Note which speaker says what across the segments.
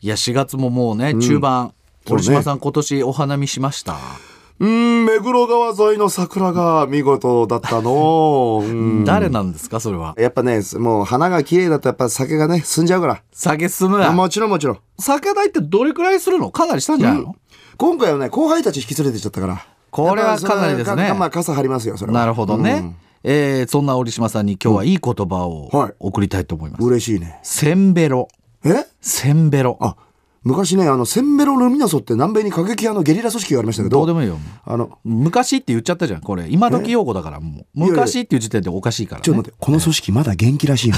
Speaker 1: いや4月ももうね中盤、堀島さん、今年お花見しました
Speaker 2: うん、目黒川沿いの桜が見事だっ たの。うん
Speaker 1: 誰なんですかそれは
Speaker 2: やっぱね、もう花が綺麗だとやっぱ酒がね、進んじゃ うから。
Speaker 1: 酒進む
Speaker 2: あもちろんもちろん。
Speaker 1: 酒代ってどれくらいするのかなりしたんじゃないの、
Speaker 2: 今回はね、後輩たち引き連れてきちゃったから。
Speaker 1: これはかなりですね
Speaker 2: やっぱそれはまあ、傘張りますよ、それは。
Speaker 1: なるほどね、えーそんな折島さんに今日はいい言葉を
Speaker 2: うんはい
Speaker 1: 送りたいと思います、
Speaker 2: 嬉しいね。
Speaker 1: せんべろ
Speaker 2: え
Speaker 1: せんべろ
Speaker 2: あ、昔ね、あの、センベロルミナソって南米に過激派のゲリラ組織がありましたけど、
Speaker 1: どうでもいいよ
Speaker 2: あの、
Speaker 1: 昔って言っちゃったじゃんこれ今時用語だからもう
Speaker 2: いや
Speaker 1: 昔っていう時点でおかしいから、ね、
Speaker 2: ちょっと待って、この組織まだ元気ら しいの。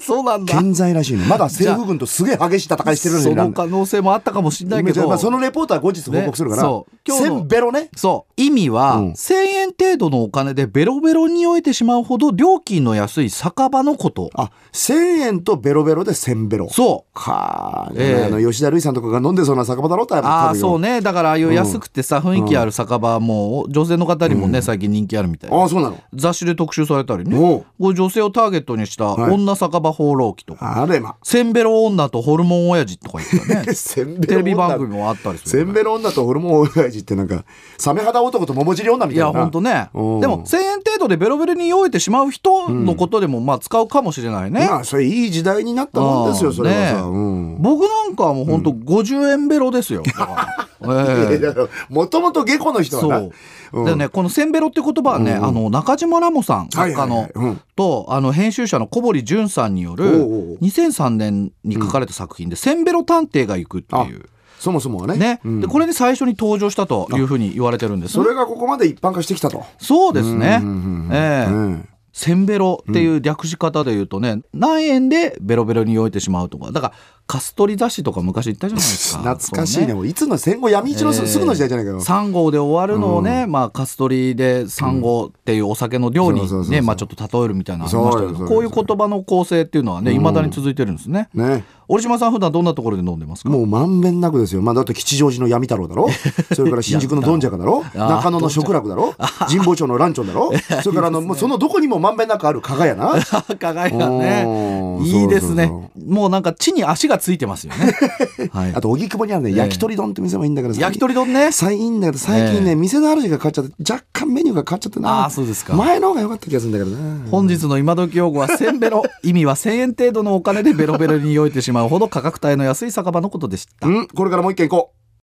Speaker 1: そうなんだ
Speaker 2: 健在らしいの。まだ政府軍とすげえ激しい戦いしてるのに
Speaker 1: そ
Speaker 2: なん
Speaker 1: の
Speaker 2: だ
Speaker 1: 可能性もあったかもしれないけど、
Speaker 2: まあそのレポートは後日報告するから、
Speaker 1: ねそう今日
Speaker 2: セ
Speaker 1: の
Speaker 2: ンベロね。
Speaker 1: そう意味は、
Speaker 2: うん
Speaker 1: 1,000円程度のお金でベロベロに酔えてしまうほど料金の安い酒場のこと
Speaker 2: あ、1000円とベロベロでセンベロ。
Speaker 1: そう
Speaker 2: かあ、
Speaker 1: ええ
Speaker 2: あの吉田類さんとかが飲んでそうな酒場だろうとはやっぱ
Speaker 1: ああーそう
Speaker 2: ね。
Speaker 1: ねだからああいう安くてさ、雰囲気ある酒場も女性の方にもね、最近人気あるみたい
Speaker 2: あ
Speaker 1: な
Speaker 2: あ、そうなの。
Speaker 1: 雑誌で特集されたりね
Speaker 2: おう
Speaker 1: こう女性をターゲットにした
Speaker 2: はい
Speaker 1: 女酒場放浪記とか、
Speaker 2: あれま。
Speaker 1: せんべろ女とホルモン親父とか言 ったね
Speaker 2: せんべ
Speaker 1: テ
Speaker 2: ろ
Speaker 1: レビ
Speaker 2: 女
Speaker 1: 番組もあったりす
Speaker 2: せ
Speaker 1: る
Speaker 2: んべろ女とホルモン親父ってなんか、サメ肌男と桃尻女み
Speaker 1: い
Speaker 2: たいな。
Speaker 1: やほんとねで
Speaker 2: うん
Speaker 1: も1,000円程度でベロベロに酔えてしまう人のことでもまあ使うかもしれないね、
Speaker 2: まあ、それいい時代になったもんですよ、それはさ。
Speaker 1: あー
Speaker 2: うん。
Speaker 1: 僕なんかはもう本当50円ベロですよ。だ からええ
Speaker 2: もともと下戸の人は
Speaker 1: そ
Speaker 2: な。
Speaker 1: う。
Speaker 2: うん
Speaker 1: でねこの「せんべろ」って言葉はね、あの中島ラモさん
Speaker 2: は
Speaker 1: 作家
Speaker 2: いはいはい
Speaker 1: の
Speaker 2: うん
Speaker 1: とあの編集者の小堀淳さんによ
Speaker 2: おうおうおう
Speaker 1: る2003年に書かれた作品で「せんべろ探偵が行く」っていう。
Speaker 2: そもそもはね。
Speaker 1: ね
Speaker 2: うん
Speaker 1: でこれに最初に登場したというふうに言われてるんです
Speaker 2: それがここまで一般化してきたと。
Speaker 1: そうですね
Speaker 2: うんうんうん。
Speaker 1: ええ
Speaker 2: うん
Speaker 1: せんべろっていう略し方で言うとね、何円でベロベロに酔えてしまうとかだからカストリ雑誌とか昔言ったじゃないですか
Speaker 2: 懐かしい
Speaker 1: そう
Speaker 2: ね。もういつの戦後闇市のすすぐの時代じゃないかよ。
Speaker 1: 3号で終わるのをね、まあ、カストリで三号っていうお酒の量に
Speaker 2: そうそうそうそ
Speaker 1: ね
Speaker 2: う
Speaker 1: まあちょっと例えるみたいなのありましたけ
Speaker 2: そう
Speaker 1: ど
Speaker 2: よ
Speaker 1: こういう言葉の構成っていうのはねいまだに続いてるんですね。
Speaker 2: ね。
Speaker 1: 折島さん普段どんなところで飲んでますか
Speaker 2: もうまんべんなくですよ。まあ、だって吉祥寺の闇太郎 だろそれから新宿のどんじゃかだろ
Speaker 1: あー
Speaker 2: 中野の食楽だろ神保町のランチョンだ ろそれからあの、もうそのどこにもまんべんなくある加賀やな。
Speaker 1: 輝
Speaker 2: がね
Speaker 1: いいですね
Speaker 2: そうそう
Speaker 1: もうなんか地に足がついてますよね、 はい
Speaker 2: あ、と、荻窪にあるね、
Speaker 1: え
Speaker 2: 焼き鳥丼って店もいいんだけどさ
Speaker 1: 焼き鳥丼ね
Speaker 2: さいいんだけど、最近ね、
Speaker 1: ええ
Speaker 2: 店の主が変わっちゃって、若干メニューが変わっちゃってな。
Speaker 1: あーそうですか
Speaker 2: 前の方が良かった気がするんだけどな。
Speaker 1: 本日の今時用語はせんべろ意味は1000円程度のお金でベロベロに酔えてしまうほど価格帯の安い酒場のことでした
Speaker 2: うん、これからもう一軒行こう。